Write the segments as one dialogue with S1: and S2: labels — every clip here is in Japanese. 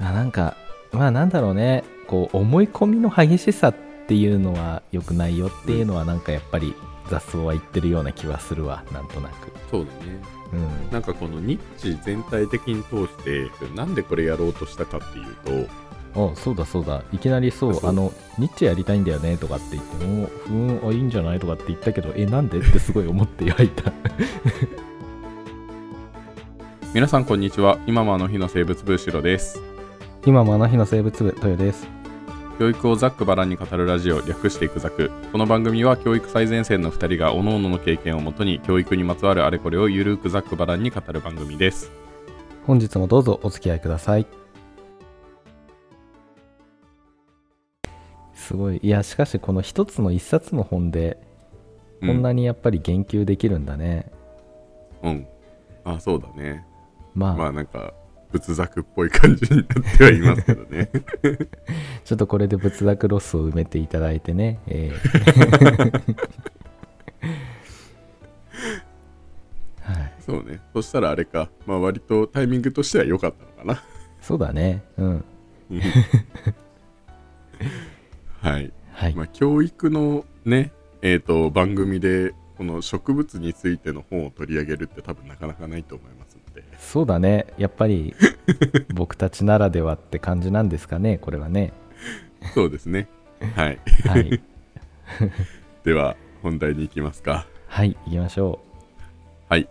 S1: あなんかまあなんだろうねこう思い込みの激しさっていうのは良くないよっていうのはなんかやっぱり雑草は言ってるような気はするわなんとなく。
S2: そうだね。
S1: うん
S2: なんかこのニッチ全体的に通して、なんでこれやろうとしたかっていうと、
S1: あそうだそうだいきなりそう
S2: あそう
S1: あのニッチェやりたいんだよねとかって言ってもふーんあいいんじゃないとかって言ったけどえなんでってすごい思って焼いた
S2: 皆さんこんにちは。今もあの日の生物部後ろです。
S1: 今もあの日の生物部豊です
S2: 教育をざっくばらんに語るラジオ、略していくざく。この番組は教育最前線の2人が各々の経験をもとに教育にまつわるあれこれをゆるくざっくばらんに語る番組です。
S1: 本日もどうぞお付き合いくださいすごいいやしかしこの一つの一冊の本で
S2: う
S1: こんなにやっぱり言及できるんだね、
S2: うん。あ、そうだね。
S1: まあ、
S2: まあなんか、仏作っぽい感じになってはいますけどね。
S1: ちょっとこれで仏落ロスを埋めていただいてね、え えはい、
S2: そうね。そしたらあれか、まあ割とタイミングとしては良かったのかな。
S1: そうだねうん
S2: はい。
S1: はい、
S2: まあ、教育のね、えー、と番組でこの植物についての本を取り上げるって多分なかなかないと思いますので
S1: そうだねやっぱ り僕たちならではって感じなんですかねこれはね
S2: そうで すねはい
S1: はい
S2: では本題に行きますか
S1: はい行きましょ
S2: はい、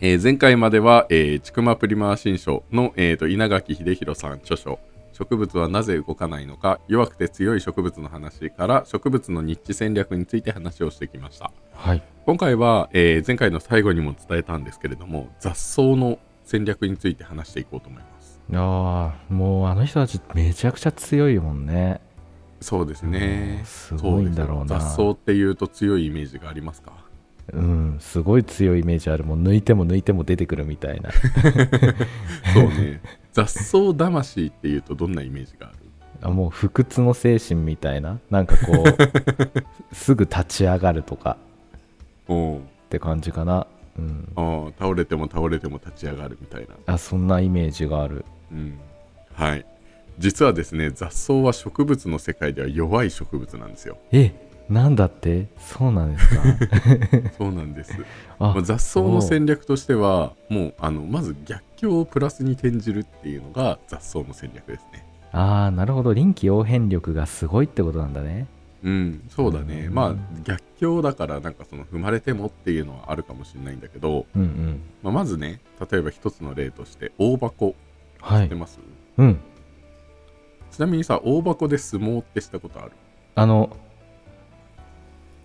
S2: えー前回までは「えー、ちくまプリマー新書の」えーと稲垣秀弘さん著書「植物はなぜ動かないのか弱くて強い植物の話」から植物のニッチ戦略について話をしてきました
S1: うはい
S2: 今回は、えー前回の最後にも伝えたんですけれども雑草の戦略について話していこうと思います
S1: ああもうあの人たちめちゃくちゃ強いもんね
S2: そうですね
S1: うん。すごいんだろうな
S2: そですよ雑草っていうと強いイメージがありますか。
S1: うんすごい強いイメージあるもう抜いても抜いても出てくるみたいな
S2: そう ね。雑草魂っていうとどんなイメージがある
S1: あもう不屈の精神みたいななんかこう すぐ立ち上がるとか
S2: おう
S1: って感じかなうん
S2: ああ倒れても倒れても立ち上がるみたいな。
S1: あそんなイメージがある
S2: うん。はい。実はですね、雑草は植物の世界では弱い植物なんですよ。
S1: えなんだってそうなんです か
S2: そうな んです。
S1: あ
S2: まあ雑草の戦略としては、もうあのまず逆境をプラスに転じるっていうのが雑草の戦略ですね。
S1: ああなるほど臨機応変力がすごいってことなんだね
S2: うん、そうだね、
S1: うん
S2: まあ逆境だからなんかその踏まれてもっていうのはあるかもしれないんだけど、
S1: うんうん
S2: まあ、まずね例えば一つの例として大箱
S1: は
S2: 知って
S1: い
S2: ます、
S1: うん
S2: ちなみにさ大箱で相撲ってしたことある
S1: あの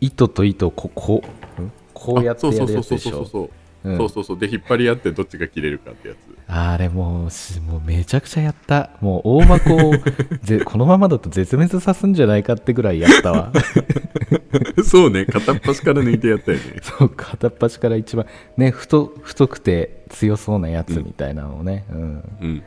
S1: 糸と糸をここうんこうやって
S2: あ
S1: や
S2: そ
S1: る
S2: うそ
S1: や
S2: う
S1: つで
S2: そうそ
S1: し
S2: うそう
S1: ょ
S2: そう
S1: うん
S2: そうそうそうで引っ張り合ってどっちが切れるかってやつ
S1: あれもうしもうめちゃくちゃやったもう大箱を ぜこのままだと絶滅さすんじゃないかってぐらいやったわ
S2: そうね片っ端から抜いてやった よね
S1: そう片っ端から一番ね太太くて強そうなやつみたいなのをね、うん
S2: うん
S1: うん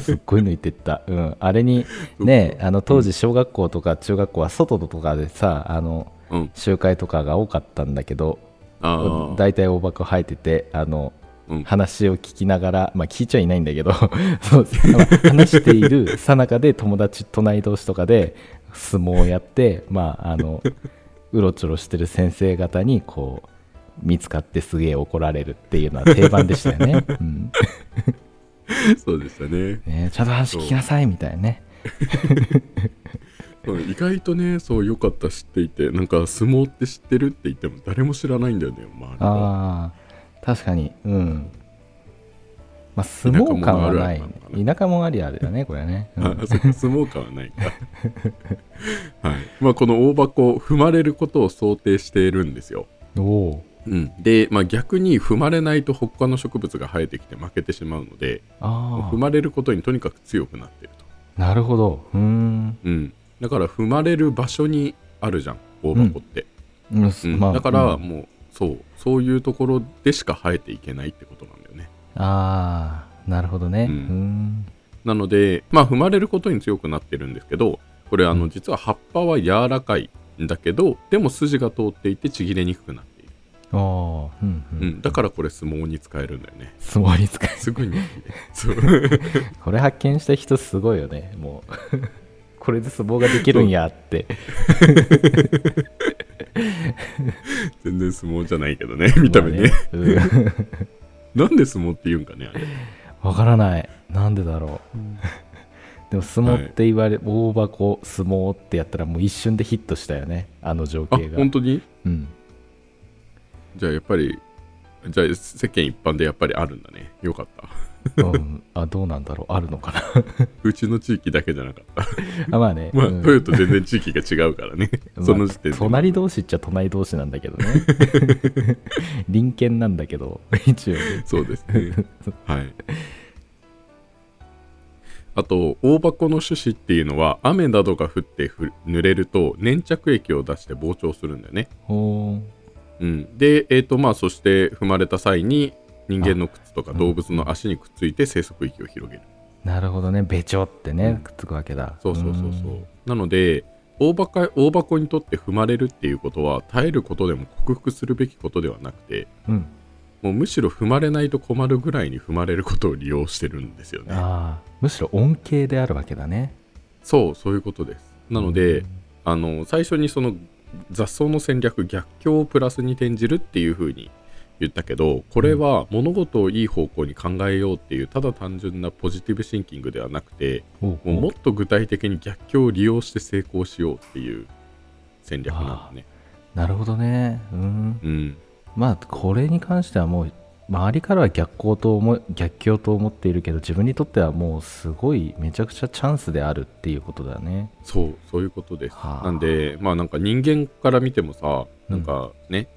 S1: すっごい抜いてった、うん、あれに ねあの当時小学校とか中学校は外とかでさあの
S2: うん
S1: 集会とかが多かったんだけど
S2: あー
S1: 大体大箱生えててあの
S2: うん
S1: 話を聞きながら、まあ、聞いちゃいないんだけど そうまあ話しているさなかで友達隣同士とかで相撲をやって、まあ、あのうろちょろしてる先生方にこう見つかってすげえ怒られるっていうのは定番でしたよ ね。うん、
S2: そうでしたね
S1: ねちゃんと話聞きなさいみたいなね。
S2: そう意外とねそうよかった知っていてなんか相撲って知ってるって言っても誰も知らないんだよね周りが
S1: ああ確かにうん。まあ、相撲感はない田舎もありあれだねこれね、 うん
S2: あそっか相撲感はないか、 はいまあ、この大箱踏まれることを想定しているんですよ、
S1: おお
S2: で、まあ、逆に踏まれないと他の植物が生えてきて負けてしまうので
S1: あ
S2: 踏まれることにとにかく強くなっていると、
S1: あなるほどうーん、
S2: うん、だから踏まれる場所にあるじゃん大箱って、
S1: うん
S2: うん
S1: まあ
S2: だから
S1: うん
S2: もう、そうそういうところでしか生えていけないってことなんだよね
S1: ああなるほどねうー
S2: うん
S1: ん
S2: なので、まあ、踏まれることに強くなってるんですけどこれあの実は葉っぱは柔らかいんだけどでも筋が通っていてちぎれにくくなっている
S1: ああ、うんう
S2: うんん、だからこれ相撲に使えるんだ よね
S1: 相撲に使え
S2: すごい人気でそう
S1: これ発見した人すごいよねもう これで相撲ができるんやって
S2: 全然相撲じゃないけどね見た目ね
S1: まあねうん
S2: なんで相撲って言うんかねあれ
S1: わからないなんでだろう、 でも相撲って言われ、大箱相撲ってやったらもう一瞬でヒットしたよねあの情景
S2: あ
S1: が
S2: 本当に
S1: うん
S2: じゃあやっぱりじゃあ世間一般でやっぱりあるんだねよかった
S1: うん、あどうなんだろうあるのかな
S2: うちの地域だけじゃなかった
S1: あまあね、
S2: まあ、
S1: うん
S2: トヨタ全然地域が違うからね
S1: まあ
S2: その時点で、
S1: 隣同士っちゃ隣同士なんだけ どね隣県なんだけど一応ね
S2: そうですね はいあと大箱の種子っていうのは雨などが降ってふ濡れると粘着液を出して膨張するんだよね、
S1: ほー
S2: うん、でえっ、とまあそして踏まれた際に人間の靴とか動物の足にくっついて生息域を広げる、
S1: なるほどねべちょってね、
S2: うん
S1: くっつくわけだ
S2: そうそうそうそううんなので大箱大箱にとって踏まれるっていうことは耐えることでも克服するべきことではなくて、
S1: うん
S2: もうむしろ踏まれないと困るぐらいに踏まれることを利用してるんですよね。
S1: ああむしろ恩恵であるわけだね
S2: そう、そういうことです。なので、
S1: うん
S2: あの最初にその雑草の戦略、逆境をプラスに転じるっていうふうに言ったけど、これは物事をいい方向に考えようっていう、ただ単純なポジティブシンキングではなくて、
S1: おうお
S2: もうもっと具体的に逆境を利用して成功しようっていう戦略なんだね。
S1: なるほどねうん
S2: うん、
S1: まあこれに関してはもう周りからは逆行と思い逆境と思っているけど自分にとってはもうすごいめちゃくちゃチャンスであるっていうことだね
S2: そう、そういうことです。
S1: はあ
S2: なんで、まあなんか人間から見てもさ、なんかね、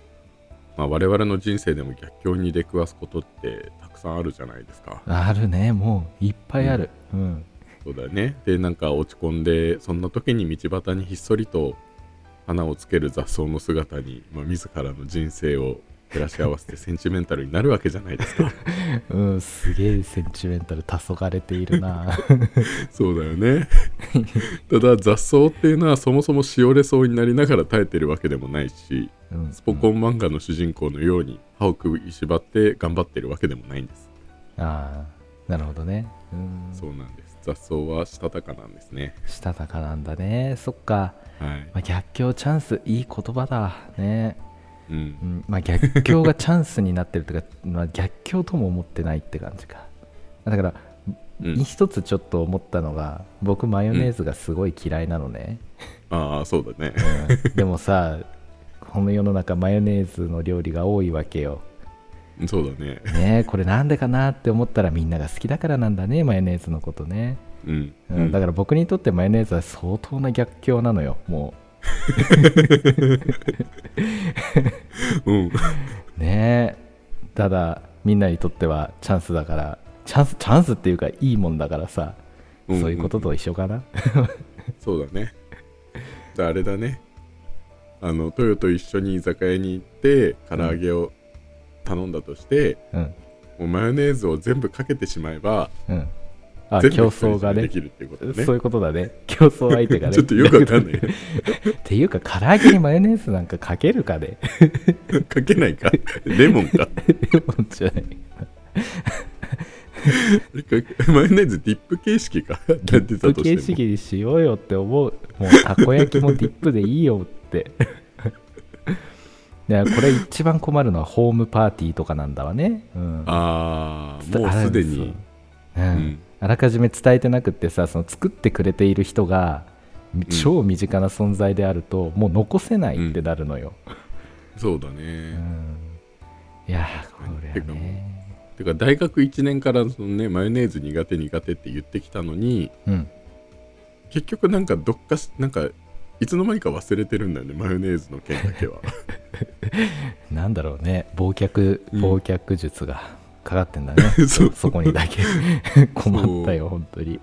S2: まあ、我々の人生でも逆境に出くわすことってたくさんあるじゃないですか。
S1: あるねもういっぱいあるうん、
S2: そうだよね。で、なんか落ち込んで、そんな時に道端にひっそりと花をつける雑草の姿に、まあ、自らの人生を照らし合わせ てセンチメンタルになるわけじゃない ですか。
S1: うん、すげえセンチメンタル黄昏ている な
S2: そうだよね。ただ雑草っていうのはそもそもしおれそうになりながら耐えてるわけでもないし、
S1: うん
S2: スポコン漫画の主人公のように歯を食いしばって頑張ってるわけでもないんです。
S1: ああなるほどねうん
S2: そうなんです。雑草はしたたかなんですね。
S1: したたかなんだねそっか、
S2: はい。
S1: まあ、逆境チャンスいい言葉だね、
S2: う。
S1: うんんまあ、逆境がチャンスになってるとか、 まあ、逆境とも思ってないって感じかだから、
S2: うん、
S1: 一つちょっと思ったのが僕マヨネーズがすごい嫌いなの ね、
S2: ああ、そうだね。
S1: うんでもさこの世の中マヨネーズの料理が多いわけよ
S2: そうだね。
S1: ねえこれなんでかなって思ったらみんなが好きだからなんだねマヨネーズのことね、
S2: うん。
S1: うん
S2: うん
S1: だから僕にとってマヨネーズは相当な逆境なのよも
S2: うん。
S1: うねえただみんなにとってはチャンスだからチャンスチャンスっていうかいいもんだからさ
S2: うんうん
S1: そういうことと一緒かな
S2: そうだね。じゃああれだね。あの、トヨと一緒に居酒屋に行って、唐揚げを頼んだとして、
S1: うん
S2: もうマヨネーズを全部かけてしまえば、
S1: うんあ
S2: 全部
S1: 競
S2: 一人
S1: 争が
S2: で
S1: ね
S2: できるっていうことだね。
S1: そういうことだね競争相手がね
S2: ちょっとよくわかんないけ ど
S1: っていうか唐揚げにマヨネーズなんかかけるかで、ね、
S2: かけないか。レモンか。
S1: レモンじゃない
S2: マヨネーズディップ形式か。だってたとしても。
S1: 形式にしようよって思うもうたこ焼きもディップでいいよって いやこれ一番困るのはホームパーティーとかなんだわね、うん、
S2: ああ、
S1: 伝
S2: もうすでに。
S1: あ,、うん
S2: うん
S1: あらかじめ伝えてなくってさその作ってくれている人が超身近な存在であると、もう残せないってなるのよ、
S2: そうだ
S1: うん
S2: ね。
S1: いやーこれ
S2: てか
S1: は
S2: も
S1: ね
S2: てか大学1年からその、ね、マヨネーズ苦手苦手って言ってきたのに
S1: うん
S2: 結局なんかどっかしなんかいつの間にか忘れてるんだよねマヨネーズの件だけは
S1: なんだろうね忘却
S2: うん
S1: 忘却術がかかってんだ ね、
S2: そう
S1: そこにだ け困ったよ本当に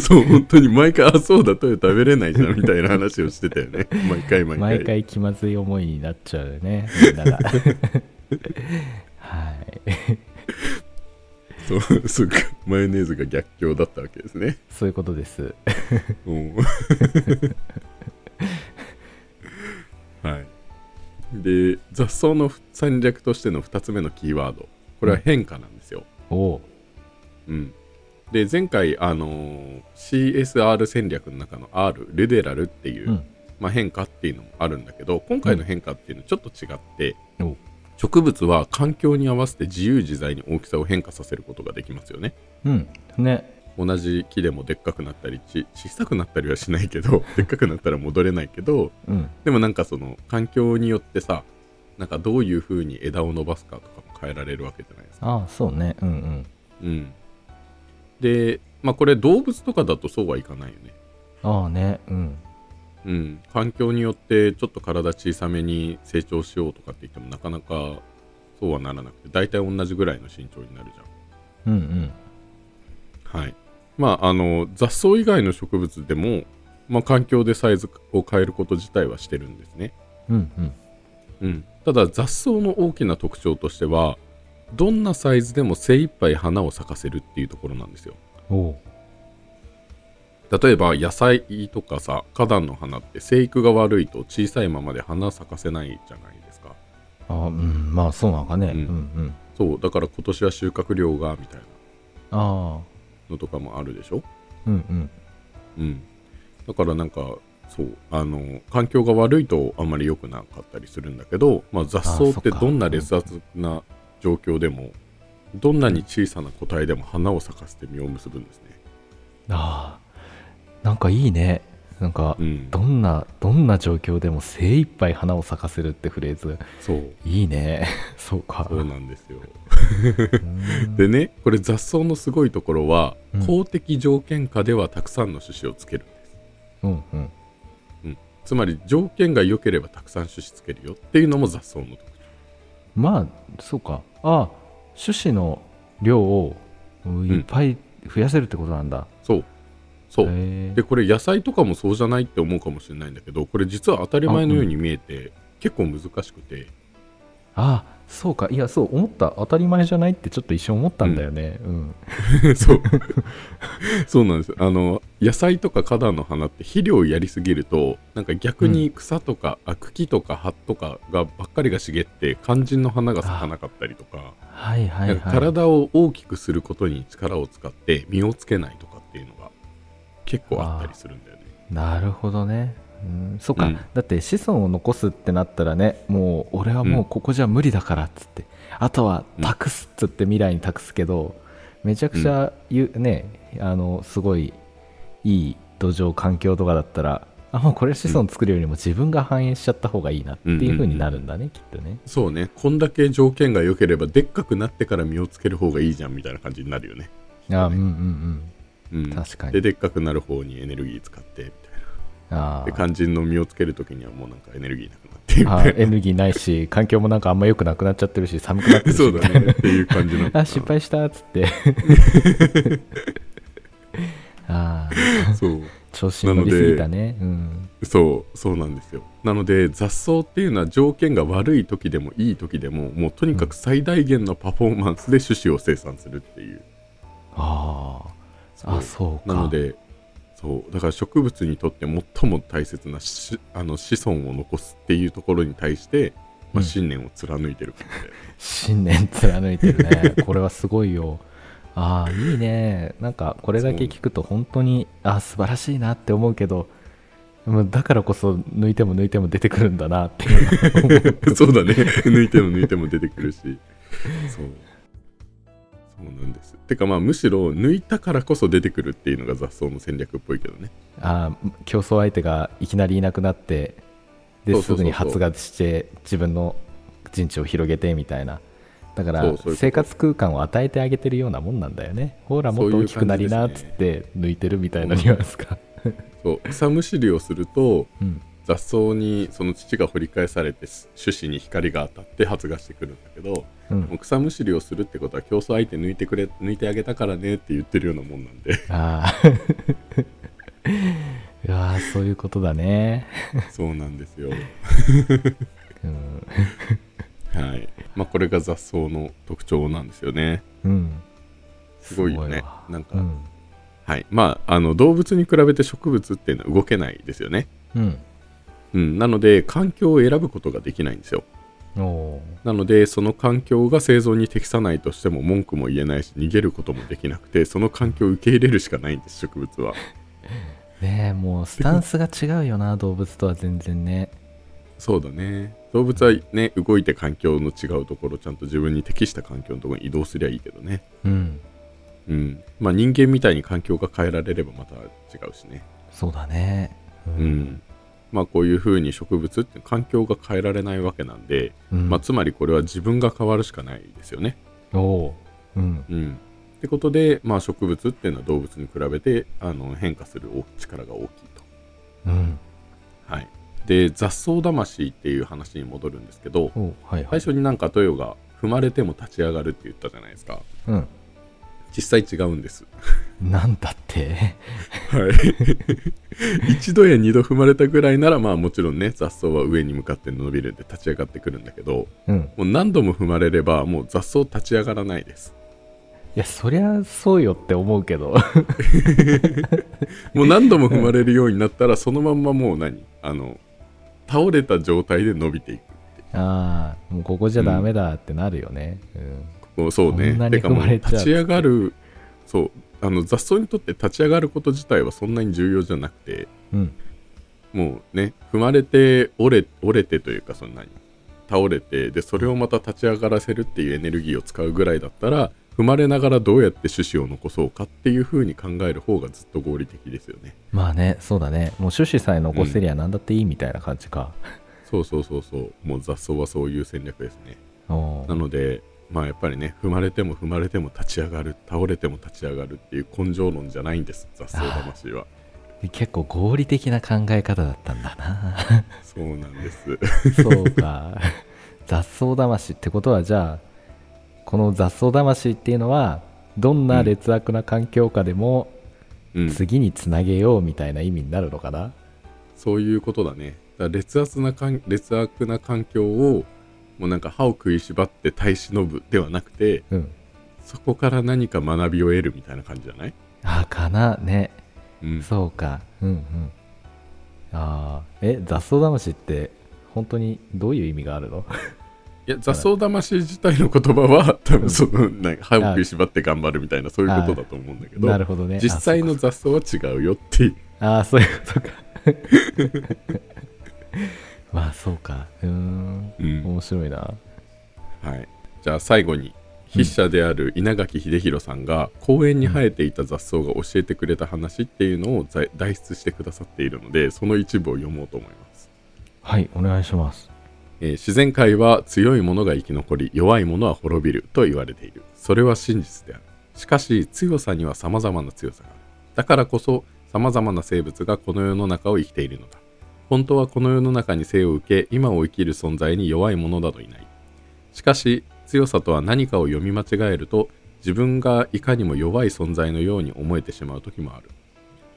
S2: そう本当に毎回あそうだとよ食べれないじゃんみたいな話をしてたよね 毎回毎回
S1: 毎回気まずい思いになっちゃうよねみんな がはい
S2: そうそうかマヨネーズが逆境だったわけですね
S1: そういうことです
S2: うんはいで雑草の戦略としての2つ目のキーワードこれは変化なんですよ、
S1: おう
S2: うん、で前回、あのー CSR 戦略の中の R ルデラルっていう、
S1: うん
S2: まあ、変化っていうのもあるんだけど今回の変化っていうのはちょっと違って、
S1: お
S2: 植物は環境に合わせて自由自在に大きさを変化させることができますよね
S1: うんね
S2: 同じ木でもでっかくなったりち小さくなったりはしないけ どでっかくなったら戻れないけど
S1: うん
S2: でもなんかその環境によってさなんかどういう風に枝を伸ばすかとかも変えられるわけじゃないですか
S1: ああそうねうんうん
S2: うんでまあこれ動物とかだとそうはいかないよね
S1: ああねうん
S2: うん、環境によってちょっと体小さめに成長しようとかって言ってもなかなかそうはならなくて大体同じぐらいの身長になる
S1: う
S2: じ
S1: んうん
S2: ゃん。はい、まああの雑草以外の植物でも、まあ、環境でサイズを変えること自体はしてるんですね。
S1: うんうん
S2: うん、ただ雑草の大きな特徴としてはどんなサイズでも精一杯花を咲かせるっていうところなんですよ。
S1: おう
S2: 例えば野菜とかさ花壇の花って生育が悪いと小さいままで花咲かせないじゃないですか。
S1: ああうんまあそうなんかね、
S2: うん
S1: うん、うん
S2: そうだから今年は収穫量がみたい
S1: あ
S2: な
S1: あ
S2: のとかもあるでしょ
S1: うんうん
S2: うんだからなんかそうあの環境が悪いとあんまり良くなかったりするんだけど、まあ、雑
S1: あ
S2: 草
S1: ー
S2: って
S1: そっか
S2: どんな劣悪な状況でもどんなに小さな個体でも花を咲かせて実を結ぶんですね
S1: ああなんかいいねなんか、
S2: うん
S1: どんなどんな状況でも精一杯花を咲かせるってフレーズ
S2: そう
S1: いいね そうか
S2: そうなんですよ
S1: うん
S2: でねこれ雑草のすごいところは、
S1: うん
S2: 公的条件下ではたくさんの種子をつける
S1: うんうん
S2: つまり条件が良ければたくさん種子つけるよっていうのも雑草の特徴
S1: まあそうかああ種子の量をうん
S2: ん
S1: いっぱい増やせるってことなんだ、
S2: そうそう、
S1: へえ
S2: でこれ野菜とかもそうじゃないって思うかもしれないんだけどこれ実は当たり前のように見えて、結構難しくて
S1: ああそうかいやそう思った当たり前じゃないってちょっと一瞬思ったんだよねうん、
S2: そう そうなんですよあの野菜とか花壇の花って肥料をやりすぎるとなんか逆に草とか、あ茎とか葉とかがばっかりが茂って肝心の花が咲かなかったりとか
S1: はいはい
S2: なんか
S1: はい
S2: 体を大きくすることに力を使って実をつけないとかっていうのが結構あったりするんだよね。
S1: なるほどねうんそっか、
S2: うん
S1: だって子孫を残すってなったらねもう俺はもうここじゃ無理だからっつって、あとは託すっつって未来に託すけどめちゃくちゃゆ、ねあのすごいいい土壌環境とかだったらあもうこれ子孫作るよりも自分が繁栄しちゃった方がいいなっていう風になるんだね、きっとね
S2: そうねこんだけ条件が良ければでっかくなってから実をつける方がいいじゃんみたいな感じになるよね、
S1: あうんうんうん
S2: うん、
S1: 確かに
S2: ででっかくなる方にエネルギー使ってみたい
S1: あ
S2: な
S1: ー
S2: で肝心の実をつける時にはもうなんかエネルギーなくなってみ
S1: あ
S2: たい
S1: ーエネルギーないし環境もなんかあんま良くなくなっちゃってるし寒くなってる
S2: な
S1: し
S2: そ
S1: み
S2: う
S1: たい
S2: だ
S1: な
S2: ねっていう感じなの か
S1: あ
S2: な
S1: 失敗したっつって ああ
S2: そう
S1: 調子に乗りすぎたねうん
S2: そうそうなんですよなので雑草っていうのは条件が悪い時でもいい時でももうとにかく最大限のパフォーマンスで種子を生産するっていう
S1: あ
S2: そ
S1: ああそうか
S2: なのでそうだから植物にとって最も大切なしあの子孫を残すっていうところに対して、ま
S1: うん
S2: あ、信念を貫いてる感じで、
S1: 信念貫いてるね これはすごいよああいいねなんかこれだけ聞くと本当にあ素晴らしいなって思うけどもうだからこそ抜いても抜いても出てくるんだなっていうのが思う
S2: そうだね抜いても抜いても出てくるしそうそうなんですてかまあむしろ抜いたからこそ出てくるっていうのが雑草の戦略っぽいけどね
S1: ああ競争相手がいきなりいなくなって
S2: そ
S1: で
S2: うそ
S1: す
S2: うそうそう
S1: ぐに発芽して自分の陣地を広げてみたいなだから
S2: そうそういうこと
S1: 生活空間を与えてあげてるようなもんなんだよねほらもっと大きくなりなっつって抜いてるみたいなニュアンスか
S2: そう草むしりをすると
S1: うん
S2: 雑草にその土が掘り返されて種子に光が当たって発芽してくるんだけど
S1: うん
S2: もう草むしりをするってことは競争相手抜いてくれ抜いてあげたからねって言ってるようなもんなん で
S1: あーうわーそういうことだね
S2: そうなんですよ
S1: うん、
S2: はいまあこれが雑草の特徴なんですよね
S1: うん、
S2: すごいよね
S1: すわ
S2: なんか、
S1: うん、
S2: はいまああの動物に比べて植物っていうのは動けないですよね
S1: うん、
S2: うん、なので環境を選ぶことができないんですよ
S1: おお
S2: なのでその環境が生存に適さないとしても文句も言えないし逃げることもできなくてその環境を受け入れるしかないんです 植物は
S1: ーねえもうスタンスが違うよな動物とは全然ね
S2: そうだね動物はね動いて環境の違うところちゃんと自分に適した環境のところに移動すりゃいいけどね
S1: うん
S2: うんまあ人間みたいに環境が変えられればまた違うしね
S1: そうだねう
S2: う、んまあこういうふうに植物って環境が変えられないわけなんで、
S1: うん
S2: まあ、つまりこれは自分が変わるしかないですよね
S1: おおーうん
S2: うん、ってことで、まあ、植物っていうのは動物に比べてあの変化する大力が大きいと。
S1: うん
S2: はい、で雑草魂っていう話に戻るんですけど
S1: おーはいは
S2: 最
S1: い
S2: 初になんかトヨが踏まれても立ち上がるって言ったじゃないですか
S1: うん
S2: 実際違うんです。
S1: なんだって
S2: はい、 一度や二度踏まれたぐらいならまあもちろんね雑草は上に向かって伸びるんで立ち上がってくるんだけど
S1: うん
S2: もう何度も踏まれればもう雑草立ち上がらないです。
S1: いやそりゃそうよって思うけど
S2: もう何度も踏まれるようになったら、そのまんまもう何あの、倒れた状態で伸びていく。
S1: ああもうここじゃダメだってなるよねうん、
S2: こうそう
S1: こんな
S2: ね。
S1: に
S2: てかも
S1: 踏
S2: う
S1: まれちゃう
S2: 立ち上がる、そう、あの雑草にとって立ち上がること自体はそんなに重要じゃなくて、
S1: うん、
S2: もうね、踏まれて折れ、折れてというか、そんなに倒れて、で、それをまた立ち上がらせるっていうエネルギーを使うぐらいだったら、踏まれながらどうやって種子を残そうかっていうふうに考える方がずっと合理的ですよね。
S1: まあねそうだねもう種子さえ残せりゃ何だっていいみたいな感じか、
S2: そうそうそうそう、もう雑草はそういう戦略ですね。
S1: おー
S2: なので、まあ、やっぱりね、踏まれても踏まれても立ち上がる、倒れても立ち上がるっていう根性論じゃないんです、雑草魂は。
S1: 結構合理的な考え方だったんだな
S2: そうなんです。
S1: そうか 雑草魂ってことはじゃあこの雑草魂っていうのはどんな劣悪な環境下でも
S2: うん、
S1: 次につなげようみたいな意味になるのかな、
S2: そういうことだね。だから劣悪な環劣悪な環境を、もうなんか歯を食いしばって耐え忍ぶではなくて、
S1: うん、
S2: そこから何か学びを得るみたいな感じじゃない
S1: あかなね
S2: うん。
S1: そうかうんうんああえ雑草魂って本当にどういう意味があるの
S2: いや、雑草魂自体の言葉は、多分その、なんか歯を食いしばって頑張るみたいな、そういうことだと思うんだけど、
S1: なるほどねあ
S2: 実際の雑草は違うよっていう。
S1: ああそういうことか まあそうかうーん
S2: うん
S1: 面白いな
S2: はい、じゃあ最後に筆者である稲垣秀弘さんが公園に生えていた雑草が教えてくれた話っていうのを在代筆してくださっているのでその一部を読もうと思います、
S1: はいお願いします
S2: えー自然界は強いものが生き残り弱いものは滅びると言われているそれは真実であるしかし強さには様々な強さがあるだからこそ様々な生物がこの世の中を生きているのだ本当はこの世の中に生を受け今を生きる存在に弱いものなどいないしかし強さとは何かを読み間違えると自分がいかにも弱い存在のように思えてしまう時もある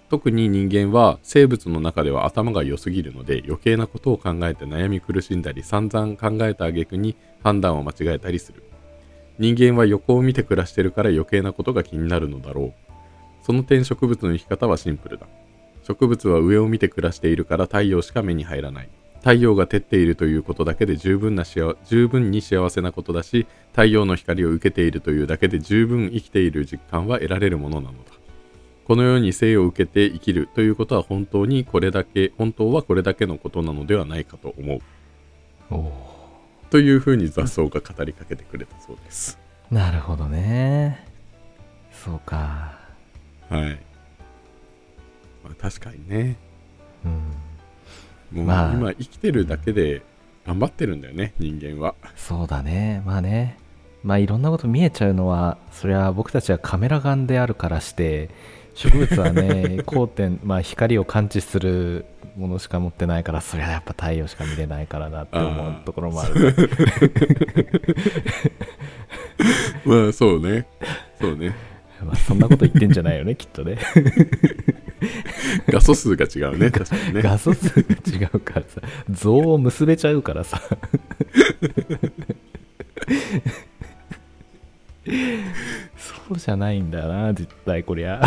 S2: 特に人間は生物の中では頭が良すぎるので余計なことを考えて悩み苦しんだり散々考えた挙句に判断を間違えたりする人間は横を見て暮らしてるから余計なことが気になるのだろうその点植物の生き方はシンプルだ植物は上を見て暮らしているから太陽しか目に入らない太陽が照っているということだけで十分な幸十分に幸せなことだし太陽の光を受けているというだけで十分生きている実感は得られるものなのだこのように生を受けて生きるということは本当にこれだけ本当はこれだけのことなのではないかと思う
S1: おお
S2: というふうに雑草が語りかけてくれたそうです
S1: なるほどねそうか
S2: はい、まあ、確かにね
S1: うん
S2: もう
S1: まあ
S2: 今生きてるだけで頑張ってるんだよね人間は
S1: そうだねまあねまあいろんなこと見えちゃうのはそりゃ僕たちはカメラ眼であるからして植物はね光点、まあ、光を感知するものしか持ってないからそりゃやっぱ太陽しか見れないからなって思
S2: あ
S1: う
S2: ー
S1: ところもある
S2: まあそうねそうね
S1: まあそんなこと言ってんじゃないよねきっとね
S2: 画素数が違 うね確かにね
S1: 画素数が違うからさ像を結べちゃうから さそうじゃないんだよな実際こり ゃ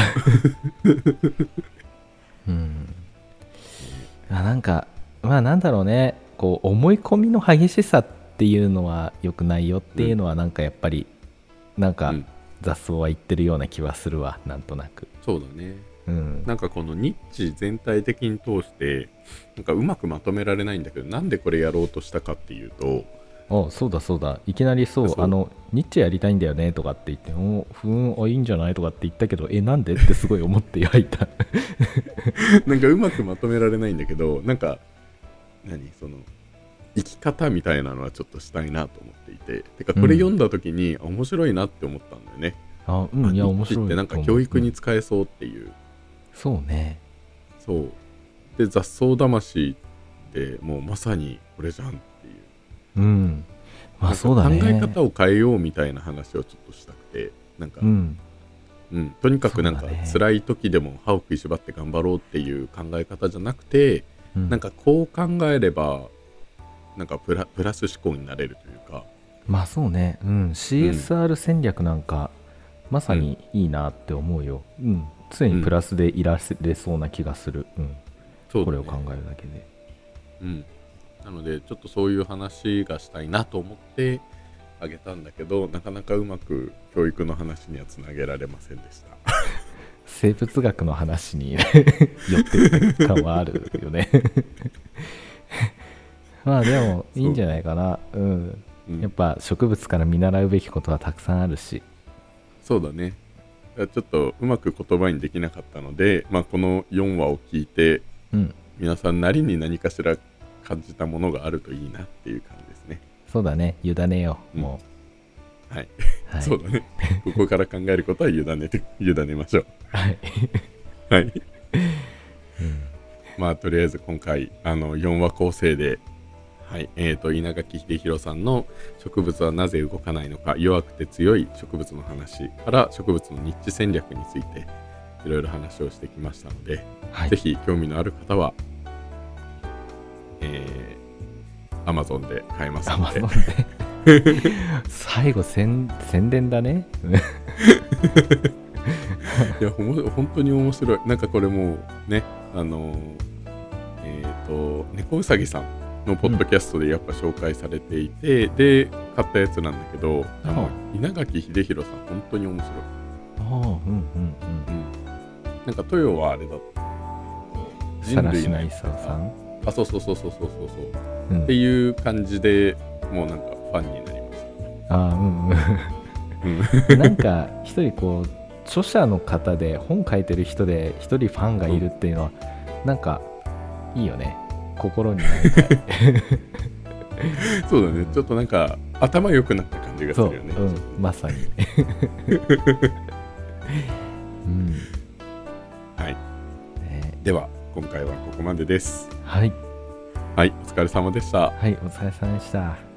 S1: うんあなんかまあなんだろうねこう思い込みの激しさっていうのは良くないよっていうのはなんかやっぱり、なん
S2: う
S1: か
S2: ん
S1: 雑草は言ってるような気はするわなんとなく
S2: そうだね
S1: うん
S2: なんかこのニッチ全体的に通してなんかうまくまとめられないんだけどなんでこれやろうとしたかっていうと
S1: あそうだそうだいきなりそう
S2: そう
S1: あのニッチェやりたいんだよねとかって言っておふーんあいいんじゃないとかって言ったけどえなんでってすごい思って焼いた
S2: なんかうまくまとめられないんだけどなんか何その生き方みたいなのはちょっとしたいなと思っていててかこれ
S1: うん
S2: 読んだ時に、あ面白いなって思ったんだよね。
S1: あうんいや
S2: あ
S1: 面白い
S2: ニッチってなんか
S1: と思う
S2: 教育
S1: う
S2: に
S1: ん
S2: 使えそうっていう、
S1: そうね
S2: そうで雑草魂ってもうまさにこれじゃんっていう
S1: うんまあ
S2: なんか
S1: そうだね
S2: 考え方を変えようみたいな話をちょっとしたくてなんか、
S1: うん
S2: うん、とにかくなんか
S1: そうだね
S2: 辛い時でも歯を食いしばって頑張ろうっていう考え方じゃなくて、
S1: うん
S2: なんかこう考えればなんかプラプラス思考になれるというか
S1: まあそうねうん CSR 戦略なんか、まさにいいなって思うようん常にプラスでいられそうな気がする、うん
S2: そう
S1: こ
S2: だ
S1: れ
S2: ね
S1: を考えるだけで
S2: うん、なのでちょっとそういう話がしたいなと思ってあげたんだけどなかなかうまく教育の話にはつなげられませんでした。
S1: 生物学の話に 寄ってる感はあるよね まあでもいいんじゃないかなうん
S2: うん
S1: やっぱ植物から見習うべきことはたくさんあるし
S2: そうだね。だからちょっとうまく言葉にできなかったので、まあ、この4話を聞いて
S1: うん
S2: 皆さんなりに何かしら感じたものがあるといいなっていう感じですね。
S1: そうだね委ねよう
S2: うん
S1: も
S2: はい、
S1: う、はい、
S2: そうだ ね。ここから考えることは委ねて、委ねましょう。
S1: はい、
S2: はい。
S1: うん
S2: まあとりあえず今回あの4話構成で、はいえー、と稲垣秀弘さんの「植物はなぜ動かないのか弱くて強い植物の話」から植物のニッチ戦略についていろいろ話をしてきましたので、
S1: はい
S2: ぜひ興味のある方は、えー、Amazon で買えます
S1: あ
S2: の
S1: まあ
S2: で
S1: そうね最後宣宣伝だね うん
S2: いやほん本当に面白いなんかこれもうねあのーえっ、と猫うさぎさんのポッドキャストでやっぱ紹介されていて、で買ったやつなんだけどあの
S1: は
S2: 稲垣秀弘さん本当に面白い、
S1: ああうんうんうん
S2: なんか豊はあれだ人
S1: さら
S2: 類
S1: し
S2: の
S1: ないささん、
S2: あそうそうそうそうそうそうそう
S1: う
S2: って
S1: ん、
S2: いう感じでもうなんかファンになりまし
S1: ああうんうん
S2: た、うん、
S1: なんか一人こう著者の方で本書いてる人で一人ファンがいるっていうのは、なんかいいよね心になんか
S2: そうだねちょっとなんか頭良くなった感じがす
S1: そう、
S2: るよね
S1: うん、まさに、 うん
S2: はい
S1: ね
S2: では今回はここまでです
S1: はい
S2: はいお疲れ様でした
S1: はいお疲れ様でした。